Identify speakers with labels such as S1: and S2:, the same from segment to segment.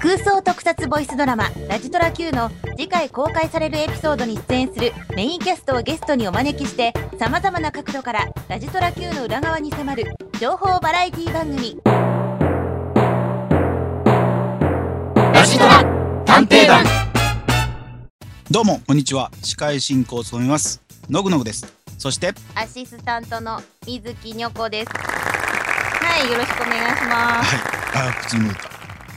S1: 空想特撮ボイスドラマ「ラジトラ Q」の次回公開されるエピソードに出演するメインキャストをゲストにお招きしてさまざまな角度から「ラジトラ Q」の裏側に迫る情報バラエティ番組
S2: ラジドラ探偵団
S3: どうもこんにちは司会進行を務めますのぐのぐですそして
S1: アシスタントの水木にょこですはいよろしくお願いします
S3: はいあ口に戻った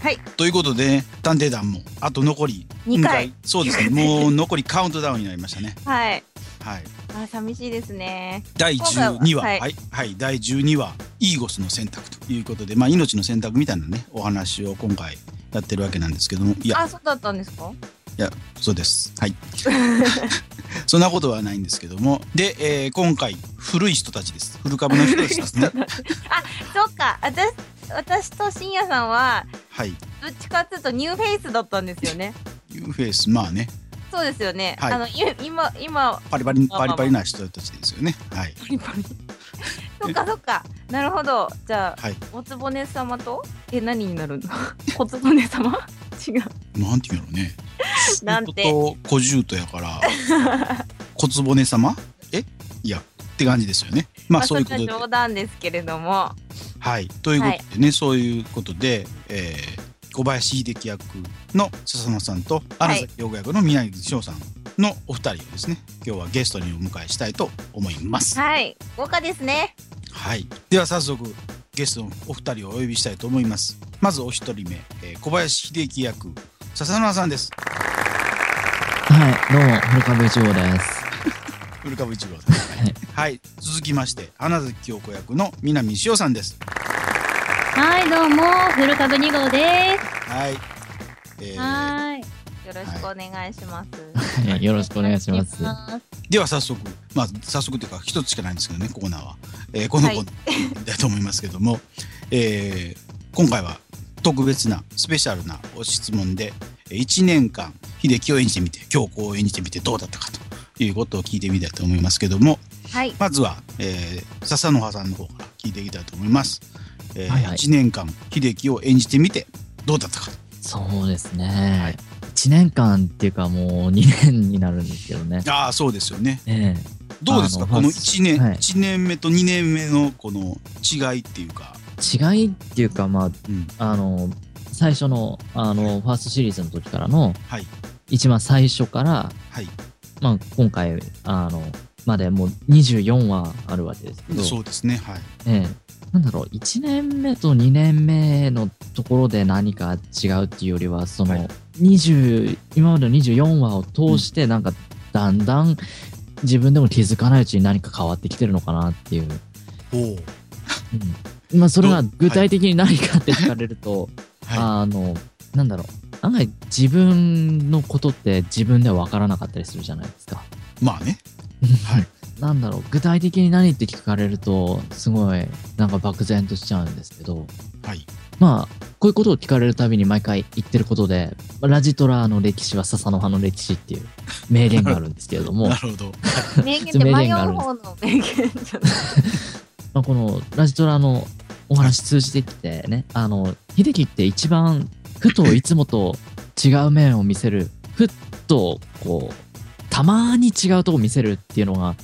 S1: はい
S3: ということでね探偵団もあと残り
S1: 二回
S3: そうですね もう残りカウントダウンになりましたね
S1: はい
S3: はい
S1: あ寂しいですね
S3: 第
S1: 今
S3: 12
S1: 回は
S3: 話は
S1: はいい、
S3: はい第12話イーゴスの選択ということでまあ命の選択みたいなねお話を今回やってるわけなんですけどもいや
S1: あそうだったんですか
S3: そうですはい そんなことはないんですけどもで、えー今回古い人たちです古株の人たちですね
S1: そっか私私と深夜さんは
S3: はい
S1: どっちかっていうとニューフェイスだったんですよ ね
S3: ユーフェイスまあね
S1: そうですよね、
S3: はい
S1: あのい今今
S3: パリパリ
S1: まあま
S3: パ
S1: あ
S3: リパリな人たちですよね。はい。
S1: パリパリ。そっかそっか。なるほど。じゃあ、
S3: はい
S1: おつぼね様とえ何になるの？ おつぼね様？ 違う。
S3: なんていうんだろうね。
S1: なんて。
S3: と小獣とやから、 小壺様？え？いやって感じですよね。 まあそういうこと
S1: ま
S3: で
S1: あ、そんな冗談ですけれども、
S3: はい。ということでね、そういうことで、えー小林秀樹役の笹野さんと荒崎陽子役の宮城翔さんのお二人をですね、今日はゲストにお迎えしたいと思います。
S1: はい、豪華ですね。
S3: はい、では早速ゲストのお二人をお呼びしたいと思いますまずお一人目、えー小林秀樹役笹沼さんです
S2: はい、どうも、古株一郎です。
S3: 古株一郎さんはい、はい、続きまして花月京子役の南潮さんです
S4: はい、どうも、古株二号で
S3: はい、え
S4: す。
S3: ー、
S4: はーい。
S1: よろしくお願いします。
S2: はい、よろしくお願いします。
S3: では早速まあ早速というか一つしかないんですけどねコーナーは、えーこの
S1: はい
S3: コーナーだと思いますけども、えー今回は特別なスペシャルなお質問で1年間秀樹を演じてみて京子を演じてみてどうだったかということを聞いてみたいと思いますけども
S1: はい。
S3: まずは、えー笹野葉さんの方から聞いていきたいと思います、え
S2: はいはい
S3: 1年間秀樹を演じてみてどうだったか
S2: そうです
S3: は
S2: ね
S3: い。
S2: 一年間っていうかもう二年になるんですけどね。
S3: ああそうですよね
S2: え
S3: どうですか
S2: あの
S3: この
S2: まず
S3: 1年、
S2: はい
S3: 一年目と2年目のこの違いっていうか、
S2: え、違いっていうか、ま
S3: うん、
S2: あ、あの、最初の、あの、ファーストシリーズの時からの、
S3: はい
S2: 一番最初から、
S3: はい
S2: まあ、今回、あの、までもう24話あるわけですけど、
S3: そうですね、はい。
S2: ええ、なんだろう、1年目と2年目のところで何か違うっていうよりは、そ
S3: は
S2: の、
S3: い
S2: 二十今までの24話を通して、なんか、だんだん自分でも気づかないうちに何か変わってきてるのかなっていう。
S3: おお、
S2: うん、まあ、それが
S3: どう
S2: 具体的に何かって聞かれると、
S3: は
S2: あの、なんだろう、案外自分のことって自分では分からなかったりするじゃないですか。
S3: い、まあね、い
S2: なんだろう具体的に何って聞かれるとすごいなんか漠然としちゃうんですけど
S3: はい、
S2: まあこういうことを聞かれるたびに毎回言ってることでまあラジトラの歴史は笹の葉の歴史っていう名言があるんですけれども
S3: なるほど、
S1: 名言って迷う方の名言 じゃない。
S2: まあこのラジトラのお話通じてきてねあの秀樹って一番ふといつもと違う面を見せるふっとこうたまに違うとこ見せるっていうのが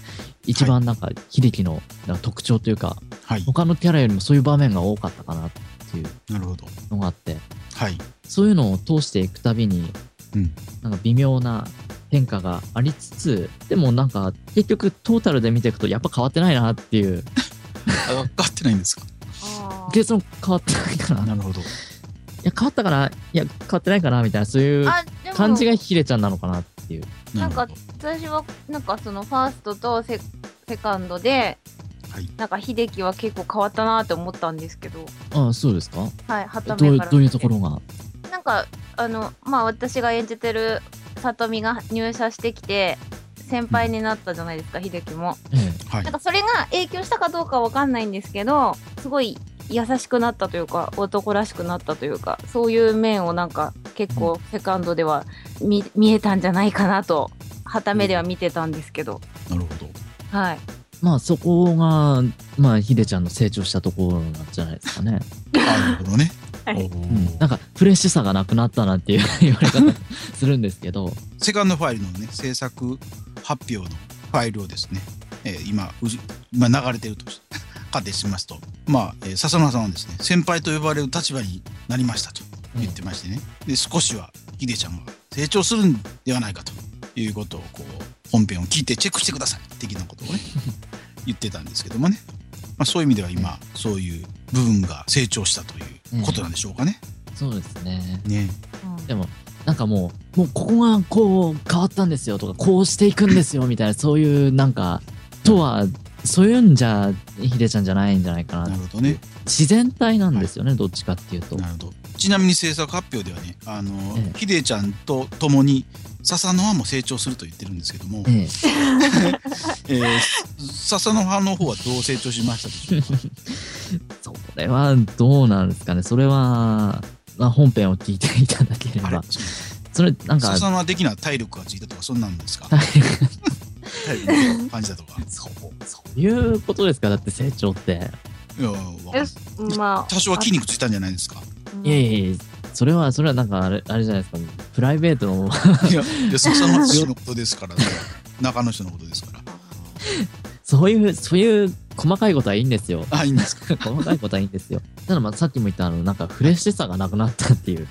S2: 一番なんか秀樹のなんか特徴というか
S3: はい、
S2: 他のキャラよりもそういう場面が多かったかなっていう
S3: なるほど、
S2: のがあって
S3: はい、
S2: そういうのを通していくたびに、
S3: うん
S2: なんか微妙な変化がありつつでもなんか結局トータルで見ていくとやっぱ変わってないなっていう
S3: あ分かってないんですか。
S1: あー
S2: 結論変わってないかない
S3: なるほど、
S2: や変わったかないや変わってないかなみたいなそういう
S1: あでも
S2: 感じがヒレちゃんなのかなっていう
S1: なんか
S3: るほど
S1: 私はなんかそのファーストとセセカンドで、
S3: はい
S1: なんか秀樹は結構変わったなって思ったんですけど、
S2: ああそうですか
S1: はい、はた
S2: ど
S1: め
S2: う
S1: から
S2: どういう
S1: 見
S2: と
S1: て
S2: ころが
S1: なんかあのまあ私が演じてる里美が入社してきて先輩になったじゃないですか秀樹も
S2: ええ
S3: はい
S1: なん、かそれが影響したかどうかわかんないんですけどすごい優しくなったというか男らしくなったというかそういう面をなんか結構セカンドでは見見えたんじゃないかなと旗目では見てたんですけど、
S3: なるほど、
S1: はい
S2: まあそこがまあヒデちゃんの成長したところなんじゃないですかね
S3: あなるほどね、
S1: はい
S3: おー
S2: うんなんかフレッシュさがなくなったなっていう 言われ方するんですけど
S3: セカンドファイルのね制作発表のファイルをですね、えー今うじ今流れてるとし 仮定しますとまあ、えー笹野さんはですね先輩と呼ばれる立場になりましたと言ってましてね、で少しはヒデちゃんが成長するんではないかということをこう本編を聞いてチェックしてください的なことを ね言ってたんですけどもね、まあ、そういう意味では今、そういう部分が成長したということなんでしょうかね。
S2: そうですね
S3: ね
S1: うん
S2: でもなんかもうもうここがこう変わったんですよとかこうしていくんですよみたいなそういうなんかとはそういうんじゃヒデちゃんじゃないんじゃないか
S3: な
S2: な
S3: るほどね
S2: 自然体なんですよね、どっちかっていうと
S3: なるほどちなみに制作発表ではねあの、
S2: ええ
S3: ヒデちゃんと共に笹野派も成長すると言ってるんですけども、え
S2: ええ
S3: ー笹野派の方はどう成長しましたでしょう か
S2: それはどうなんですかねそれは、まあ、本編を聞いていただけれ
S3: あれ
S2: ばそれなんか
S3: 笹野派的な体力がついたとかそんなんですか
S2: 体
S3: 体力が感じたとか
S2: そうそういうことですかだって成長って
S3: いやわかん
S1: え
S3: ない
S1: まあ
S3: 多少は筋肉ついたんじゃないですか
S2: いやいやいやそれはそれはなんかあれあれじゃないですかプライベートの
S3: いやいや笹野派氏のことですから、ね、中の人のことですから
S2: そういうそういう細かいことはいいんですよ
S3: あいいんですか
S2: 細かいことはいいんですよただまあさっきも言ったあのなんかフレッシュさがなくなったっていう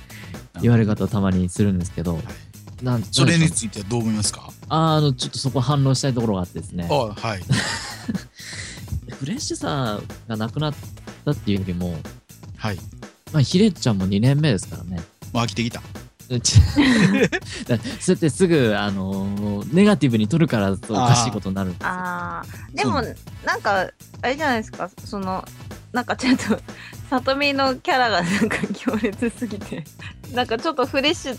S2: 言われ方をたまにするんですけど
S3: はい
S2: なん
S3: それに
S2: なんでしょう
S3: ついてはどう思いますか
S2: あーあのちょっとそこ反論したいところがあってですね
S3: あはい
S2: フレッシュさがなくなったっていうよりも、
S3: はい
S2: まあ、ヒレちゃんも2年目ですからね。
S3: まあ飽きてきた
S2: うちだそうやってすぐ、あのーネガティブに取るからそうおかしいことになるんですよ。
S1: あーでもなんかあれじゃないですかそのなんかちょっと 里見のキャラが なんか強烈すぎてなんかちょっとフレッシュ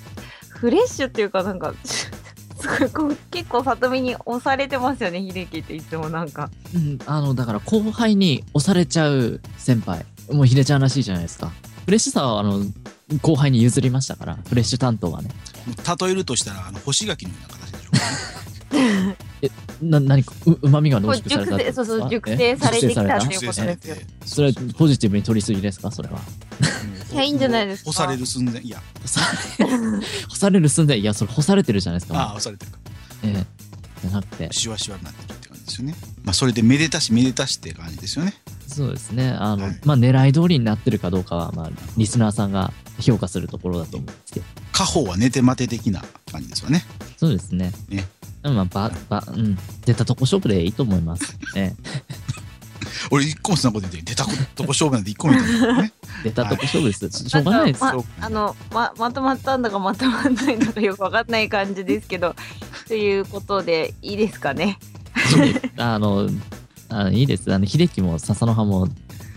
S1: フレッシュっていうかなんか すごいこう結構里見に押されてますよね秀樹っていつもなんか
S2: うん、あのだから後輩に押されちゃう先輩もうヒデちゃんらしいじゃないですかフレッシュさはあの後輩に譲りましたからフレッシュ担当はね
S3: 例えるとしたらあの干し柿のような形でしょうかね
S2: な何かうまみが濃
S1: こう
S2: 縮され
S1: 熟
S2: たって
S1: 成そ
S2: こと
S1: うそ
S2: ですか
S1: う熟
S2: え
S1: 成されてきたって
S2: 熟成
S1: いう
S3: 熟
S1: こ
S3: 成
S1: と
S3: され
S1: ですよ
S3: て
S2: それはポジティブに取りすぎですかそ れは
S1: いやいいんじゃないですか
S3: 押される寸前いや
S2: 干さ干される寸前いやそれ干されてるじゃないです
S3: ああ
S2: か
S3: 押されてるか
S2: ええじゃなくて
S3: シワシワになってるって感じですよねまあそれでめでたしめでたしって感じですよね
S2: そうですね。あの、
S3: はい
S2: まあ狙い通りになってるかどうかは、まあ、リスナーさんが評価するところだと思うんですけど。
S3: 家宝は寝て待て的な感じですよね
S2: そうですね。
S3: ね
S2: でもまあ、ば、ば、うん。出たとこ勝負でいいと思います。え
S3: 俺一個もそんなこと言ってない出たことこ勝負なんて一個も言ってない ね
S2: え出たとこ勝負です。しょうがないです
S1: ま
S2: よ。
S1: あのままとまったんだかまとまんないんだかよくわかんない感じですけどということでいいですかね
S2: あの、あのいいです。あの、秀樹も笹の葉も、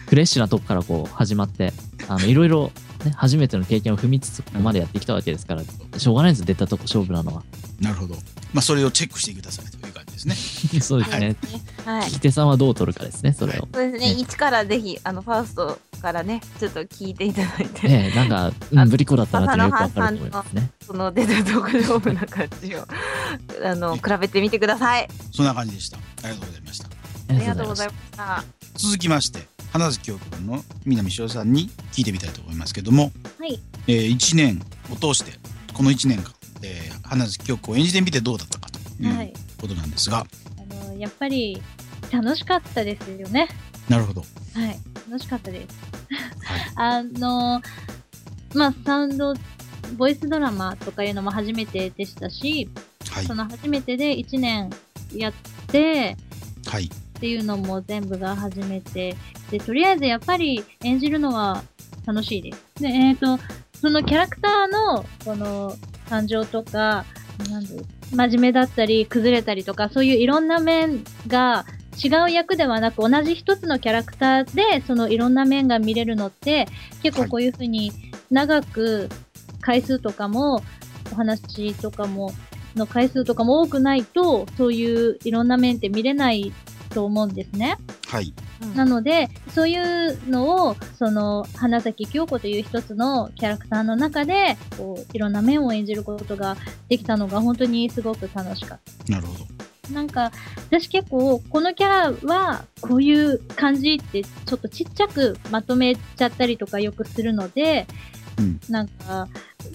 S2: フレッシュなとこからこう始まって、あの、いろいろ、ね、初めての経験を踏みつつ、ここまでやってきたわけですから、しょうがないです。出たとこ勝負 なのは。
S3: なるほどまあそれをチェックしてくださいという感じですね
S2: そうですね。
S1: はい
S2: 聞き手さんはどう取るかですね、それを。
S1: そうです
S2: え
S1: ね、一からぜひ、あの、ファーストからね、ちょっと聞いていただいて、
S2: ええ、なんか、うん、ぶりっ子だったなってよくわかると思いますね。
S1: その出たとこ勝負な感じを、あの、比べてみてください。
S3: そんな感じでしたありがとうございました
S2: あ
S1: ありがとうございました。
S3: 続きまして花月京子の南翔さんに聞いてみたいと思いますけども、
S4: はい
S3: え1年を通してこの1年間、えー花月京子を演じてみてどうだったかという、
S4: はい
S3: ことなんですが
S4: あのやっぱり楽しかったですよね
S3: なるほど
S4: はい楽しかったです
S3: はい
S4: あのまあサウンドボイスドラマとかいうのも初めてでしたし
S3: はい
S4: その初めてで1年やって
S3: はい
S4: っていうのも全部が初めてでとりあえずやっぱり演じるのは楽しいですでえっ、とそのキャラクターのこの感情とかなんだろう真面目だったり崩れたりとかそういういろんな面が違う役ではなく同じ一つのキャラクターでそのいろんな面が見れるのって結構こういうふうに長く回数とかもお話とかもの回数とかも多くないとそういういろんな面って見れないと思うんですね。
S3: はい
S4: なので、そういうのを、その、花咲京子という一つのキャラクターの中で、こう、いろんな面を演じることができたのが本当にすごく楽しかっ
S3: なるほど
S4: た。なんか、私結構、このキャラは、こういう感じって、ちょっとちっちゃくまとめちゃったりとかよくするので、
S3: うん
S4: なんか、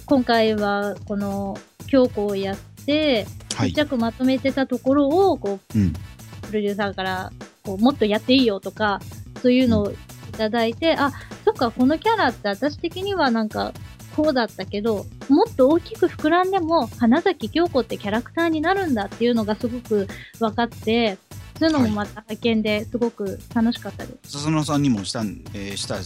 S4: 今回は、この、強行をやって、
S3: は
S4: ちっ
S3: い
S4: ち。ゃくまとめてたところを、こう、
S3: うん。
S4: プロデューサーからこうもっとやっていいよとかそういうのをいただいて、あそっかこのキャラって私的にはなんかこうだったけどもっと大きく膨らんでも花咲京子ってキャラクターになるんだっていうのがすごく分かってそういうのもまた発見ですごく楽しかったです。
S3: 笹野さんにもした,、えーした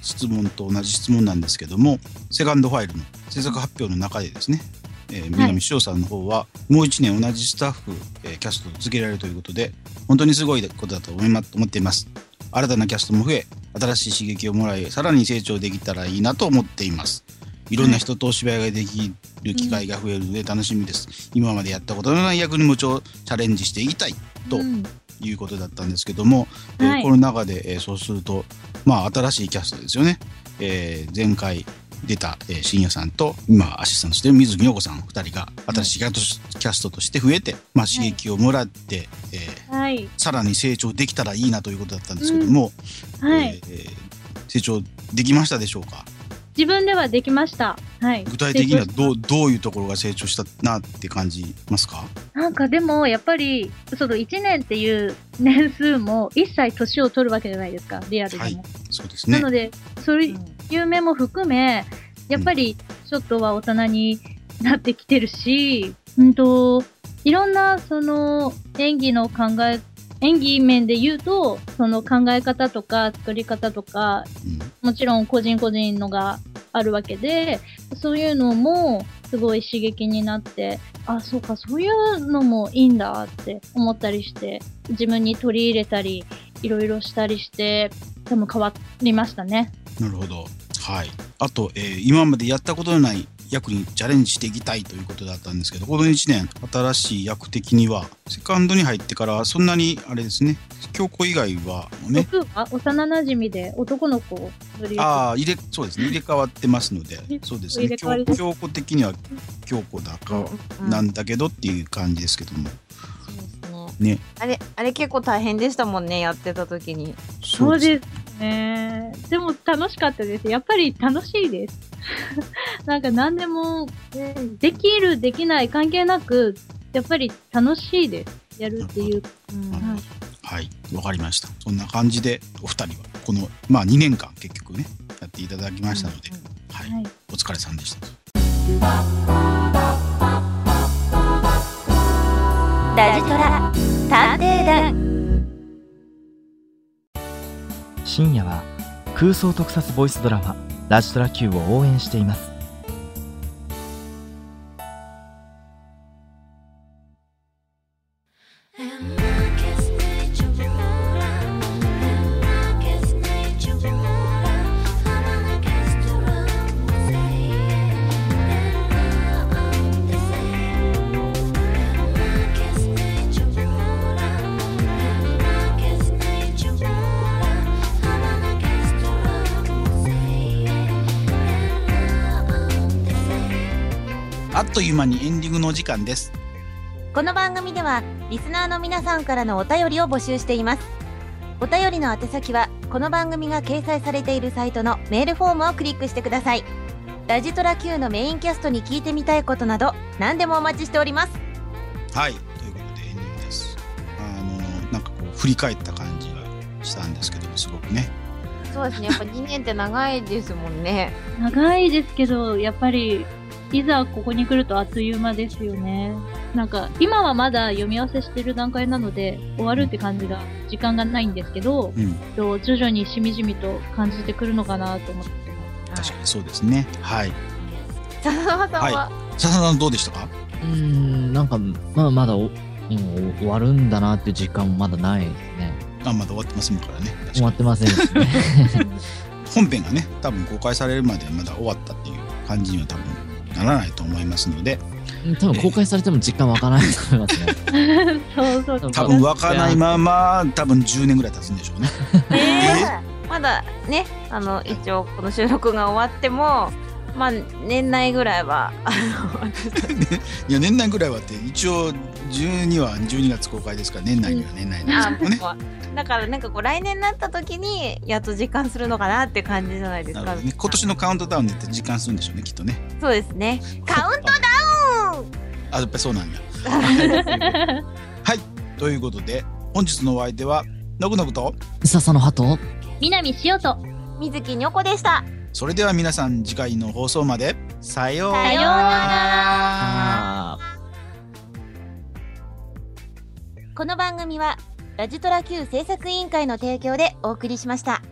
S3: 質問と同じ質問なんですけどもセカンドファイルの制作発表の中でですね、えー、南潮さんの方は、もう1年同じスタッフ、えーキャストを続けられるということで本当にすごいことだと思いま思っています新たなキャストも増え新しい刺激をもらいさらに成長できたらいいなと思っていますいろんな人とお芝居ができる機会が増えるので楽しみです、今までやったことのない役にもちょチャレンジしていきたいと
S4: うん
S3: いうことだったんですけども、えー
S4: はい
S3: この中で、えーそうすると、まあ、新しいキャストですよね、えー前回出た、えー、深夜さんと今アシスタントしてる水木陽子さん2人が新しいキャストキャストとして増えて、まあ、刺激をもらって、えー
S4: はい、
S3: さらに成長できたらいいなということだったんですけども、
S4: はい
S3: えーえー成長できましたでしょうか
S4: 自分ではできました、はい、
S3: 具体的には
S4: 成長し
S3: どうどういうところが成長したなって感じますか
S4: なんかでもやっぱりその1年っていう年数も一切年を取るわけじゃないですかリアルでも。
S3: はいそうです
S4: な
S3: ね
S4: の。でそういう
S1: うん
S4: 有名も含め、やっぱりちょっとは大人になってきてるし、うんと、いろんなその演技の考え、演技面で言うと、その考え方とか作り方とか、
S3: うん
S4: もちろん個人個人のがあるわけで、そういうのもすごい刺激になって、あ、そうか、そういうのもいいんだって思ったりして、自分に取り入れたり、いろいろしたりして、でも変わりましたね。
S3: なるほど。はい。あと、えー今までやったことのない役にチャレンジしていきたいということだったんですけど、この1年、新しい役的には、セカンドに入ってから、そんなに、あれですね、京子以外はね、
S4: 僕は幼馴染みで男の子をぶり
S3: ああ、入れ、そうですね、入れ替わってますので、そうですね、
S4: 入れ替わ
S3: 京
S4: りです
S3: 京子的には京子だか、
S1: うん
S3: なんだけどっていう感じですけども。
S1: そうです
S3: ね
S1: ねあれあれ結構大変でしたもんねやってた時に
S4: そう
S3: す。
S4: ですね。でも楽しかったです。やっぱり楽しいです。 なんか何でも、できる、できない関係なく、やっぱり楽しいです。やるっていう。
S1: うん
S3: なるほどはい、わかりました。そんな感じで、お二人は、この、まあ2年間、結局ね、やっていただきましたので、はい
S4: はい。
S3: お疲れさんでした。
S5: ラジトラ探偵団
S6: 深夜は空想特撮ボイスドラマ「ラジトラ Q」を応援しています
S3: あっという間にエンディングのお時間です。
S5: この番組ではリスナーの皆さんからのお便りを募集していますお便りの宛先はこの番組が掲載されているサイトのメールフォームをクリックしてくださいラジトラ Q のメインキャストに聞いてみたいことなど何でもお待ちしております
S3: はい、ということでエンディングです。あのなんかこう振り返った感じがしたんですけどもすごくね。
S1: そうですねやっぱ2年って長いですも んね
S4: 長いですけど、やっぱり、いざここに来るとあっという間ですよね。なんか、今はまだ読み合わせしてる段階なので、終わるって感じが、時間がないんですけど、
S3: うん、
S4: と徐々にしみじみと感じてくるのかなと思って ます。
S3: 確かにそうですね。はい。
S1: 笹川さんは、
S3: 笹野さんどうでしたか？
S2: うーんなんかまあまだお、うんお終わるんだなっていう実感もまだないですね
S3: あまだ終わってませんからね。確かに
S2: 終わってませんしね
S3: 本編がね多分公開されるまでまだ終わったっていう感じには多分ならないと思いますので、
S2: 多分公開されても実感わからないと思いますね
S4: そうそう。
S3: 多分わかないまま多分10年ぐらい経つんでしょうね。
S1: まだねあの一応この収録が終わってもまあ年内ぐらいはあの私たち
S3: いや年内ぐらいはって一応12は12月公開ですから年内には年内な
S1: あ
S3: んですけど ね。
S1: もうだからなんかこう来年になった時にやっと実感するのかなって感じじゃないです
S3: なる
S1: か。
S3: ほどね今年のカウントダウンでって実感するんでしょうねきっとね。
S1: そうですね。
S5: カウントダウン
S3: あやっぱりそ うなんや。はいということで本日のお相手はのぶのぶと
S2: 笹の葉と
S4: 南しよと。
S5: 水木にょこでした
S3: それでは皆さん次回の放送までさよう
S5: さようならこの番組はラジトラ Q 制作委員会の提供でお送りしました。